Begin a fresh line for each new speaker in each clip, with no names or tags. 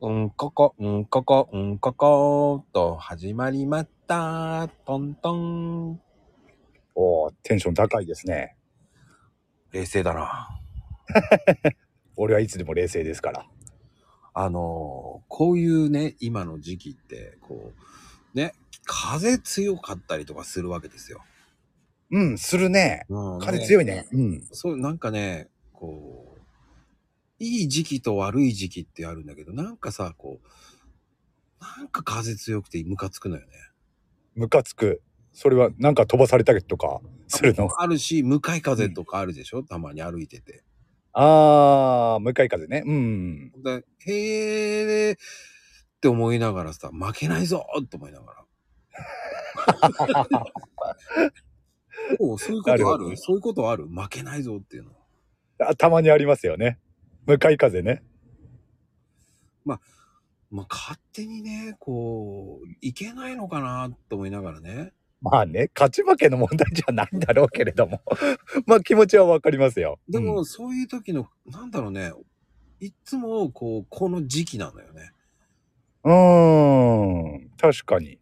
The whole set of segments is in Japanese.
うんここ、うんここ、うんここ、と始まりました。トントン。
おーテンション高いですね。
冷静だな。
俺はいつでも冷静ですから。
あのーこういうね、今の時期って、こう、ね、風強かったりとかするわけですよ。
うん、するね。
うん
風
ね
強いね。うん。
そう、なんかね、こう、いい時期と悪い時期ってあるんだけど、なんかさ、こう、なんか風強くてムカつくのよね。
ムカつく。それはなんか飛ばされたりとかするの。
あるし、向かい風とかあるでしょ、たまに歩いてて。
あー、向かい風ね。うん。
でへえーって思いながらさ、負けないぞーって思いなが ら。おうそういうこ
なる
とあ
ほ
る
ど
そういうことある負けないぞっていうの。
あたまにありますよね。向かい風ね。
まあ、勝手にね、こう、いけないのかなと思いながらね。
まあね、勝ち負けの問題じゃないんだろうけれども。 まあ気持ちはわかりますよ。
でも、
うん
そういう時の、なんだろうね、いっつも、こう、この時期なのよね。
うーん、確かに。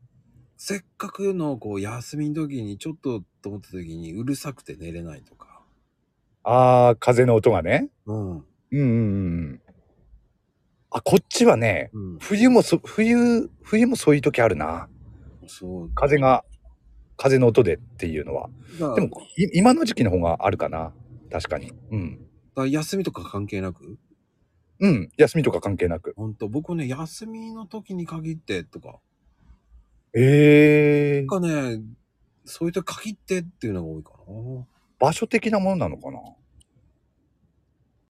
せっかくの、こう、休みの時に、ちょっとと思った時に、うるさくて寝れないとか。
あー、風の音がね。
うん。
うんうんうんうん。あ、こっちはね、
うん。
冬もそ冬冬もそういう時あるな
そう。
風が風の音でっていうのは
だから
でもい今の時期の方があるかな確かにうん
だから休みとか関係なく
うん休みとか関係なく
本当僕ね休みの時に限ってとか
ええ
なんかねそういう時限ってっていうのが多いかな
場所的なものなのかな